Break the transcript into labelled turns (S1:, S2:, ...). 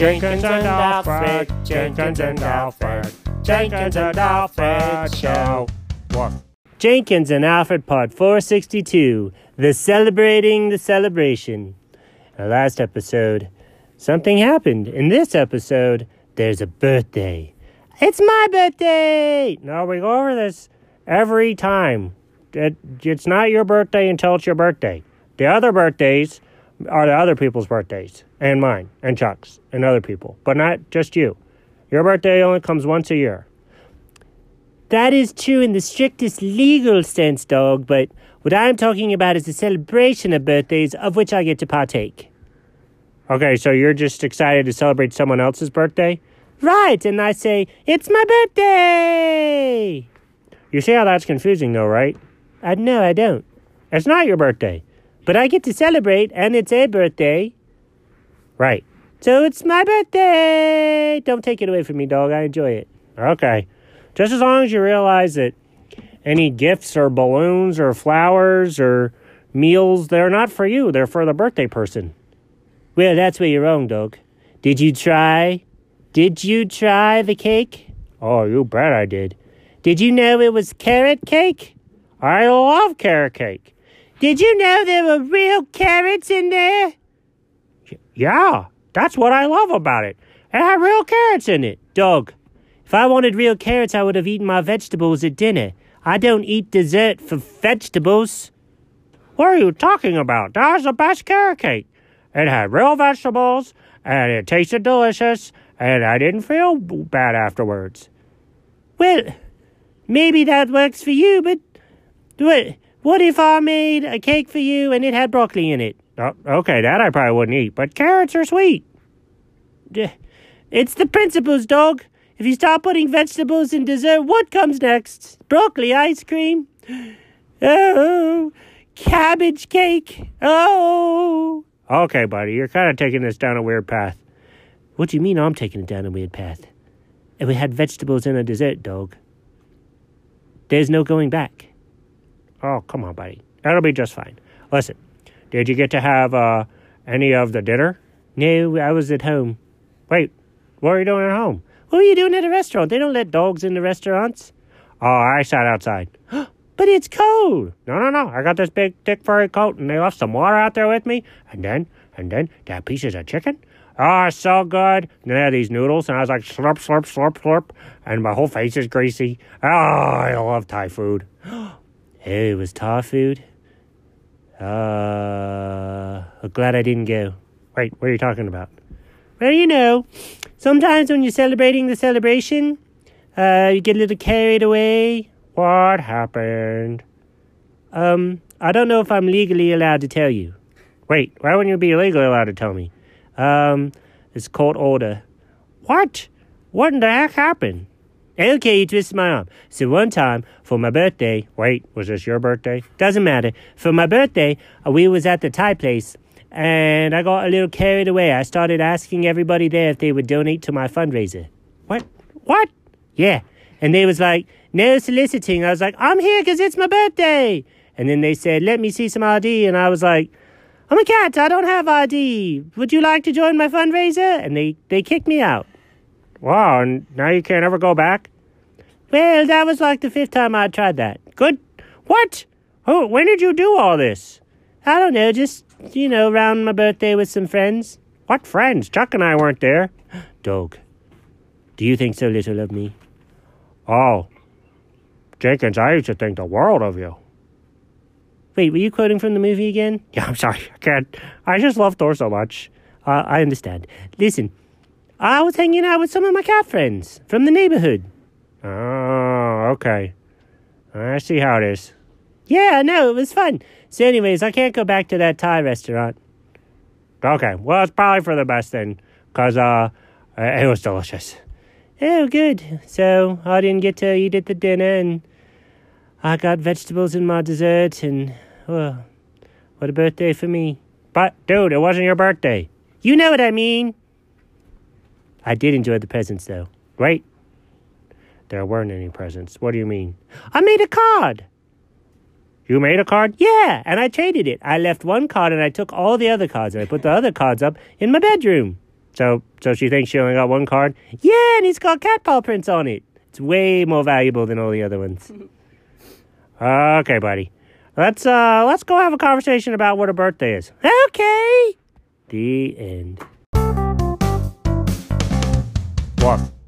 S1: Jenkins and Alfred, Jenkins and Alfred, Jenkins and Alfred Show. What? Jenkins and Alfred Part 462 The Celebrating the Celebration. In the last episode, something happened. In this episode, there's a birthday. It's my birthday! Now we go over this every time. It, it's not your birthday until it's your birthday. The other birthdays are the other people's birthdays, and mine, and Chuck's, and other people, but not just you. Your birthday only comes once a year. That is true in the strictest legal sense, dog, but what I'm talking about is the celebration of birthdays of which I get to partake. Okay, so you're just excited to celebrate someone else's birthday? Right, and I say, It's my birthday! You see how that's confusing, though, right? I no, I don't. It's not your birthday, but I get to celebrate, and it's a birthday. Right. So it's my birthday. Don't take it away from me, dog. I enjoy it. Okay. Just as long as you realize that any gifts or balloons or flowers or meals, they're not for you. They're for the birthday person. Well, that's where you're wrong, dog. Did you try? Did you try the cake? Oh, you bet I did. Did you know it was carrot cake? I love carrot cake. Did you know there were real carrots in there? Y- yeah, that's what I love about it. It had real carrots in it, Dog. If I wanted real carrots, I would have eaten my vegetables at dinner. I don't eat dessert for vegetables. What are you talking about? That was the best carrot cake. It had real vegetables, and it tasted delicious, and I didn't feel b- bad afterwards. Well, maybe that works for you, but what, what if I made a cake for you and it had broccoli in it? Oh, okay, that I probably wouldn't eat, but carrots are sweet. D- It's the principles, dog. If you stop putting vegetables in dessert, what comes next? Broccoli ice cream? Oh, cabbage cake. Oh. Okay, buddy, you're kind of taking this down a weird path. What do you mean I'm taking it down a weird path? If we had vegetables in a dessert, dog, there's no going back. Oh, come on, buddy. That'll be just fine. Listen, did you get to have uh, any of the dinner? No, I was at home. Wait, what are you doing at home? What are you doing at a restaurant? They don't let dogs in the restaurants. Oh, I sat outside. but it's cold. No, no, no. I got this big, thick, furry coat, and they left some water out there with me. And then, and then, they had pieces of chicken. Oh, it's so good. And they had these noodles, and I was like, slurp, slurp, slurp, slurp. And my whole face is greasy. Oh, I love Thai food. Hey, it was Thai food. Uh, I'm glad I didn't go. Wait, what are you talking about? Well, you know, sometimes when you're celebrating the celebration, uh, you get a little carried away. What happened? Um, I don't know if I'm legally allowed to tell you. Wait, why wouldn't you be legally allowed to tell me? Um, it's court order. What? What in the heck happened? Okay, you twisted my arm. So one time for my birthday, wait, was this your birthday? Doesn't matter. For my birthday, uh, we was at the Thai place, and I got a little carried away. I started asking everybody there if they would donate to my fundraiser. What? What? Yeah. And they was like, no soliciting. I was like, I'm here 'cause it's my birthday. And then they said, let me see some ID. And I was like, I'm a cat. I don't have ID. Would you like to join my fundraiser? And they, they kicked me out. Wow, and now you can't ever go back? Well, that was like the fifth time I tried that. Good. What? Who? When did you do all this? I don't know, just, you know, around my birthday with some friends. What friends? Chuck and I weren't there. Dog, do you think so little of me? Oh, Jenkins, I used to think the world of you. Wait, were you quoting from the movie again? Yeah, I'm sorry. I can't. I just love Thor so much. Uh, I understand. Listen, I was hanging out with some of my cat friends from the neighborhood. Oh, okay. I see how it is. Yeah, no, it was fun. So, anyways, I can't go back to that Thai restaurant. Okay, well, it's probably for the best then, because uh, it was delicious. Oh, good. So, I didn't get to eat at the dinner, and I got vegetables in my dessert, and well, what a birthday for me. But, dude, it wasn't your birthday. You know what I mean. I did enjoy the presents, though. Right? There weren't any presents. What do you mean? I made a card. You made a card? Yeah, and I traded it. I left one card and I took all the other cards and I put the other cards up in my bedroom. So, so she thinks she only got one card. Yeah, and it's got cat paw prints on it. It's way more valuable than all the other ones. okay, buddy. Let's uh, let's go have a conversation about what a birthday is. Okay. The end. What?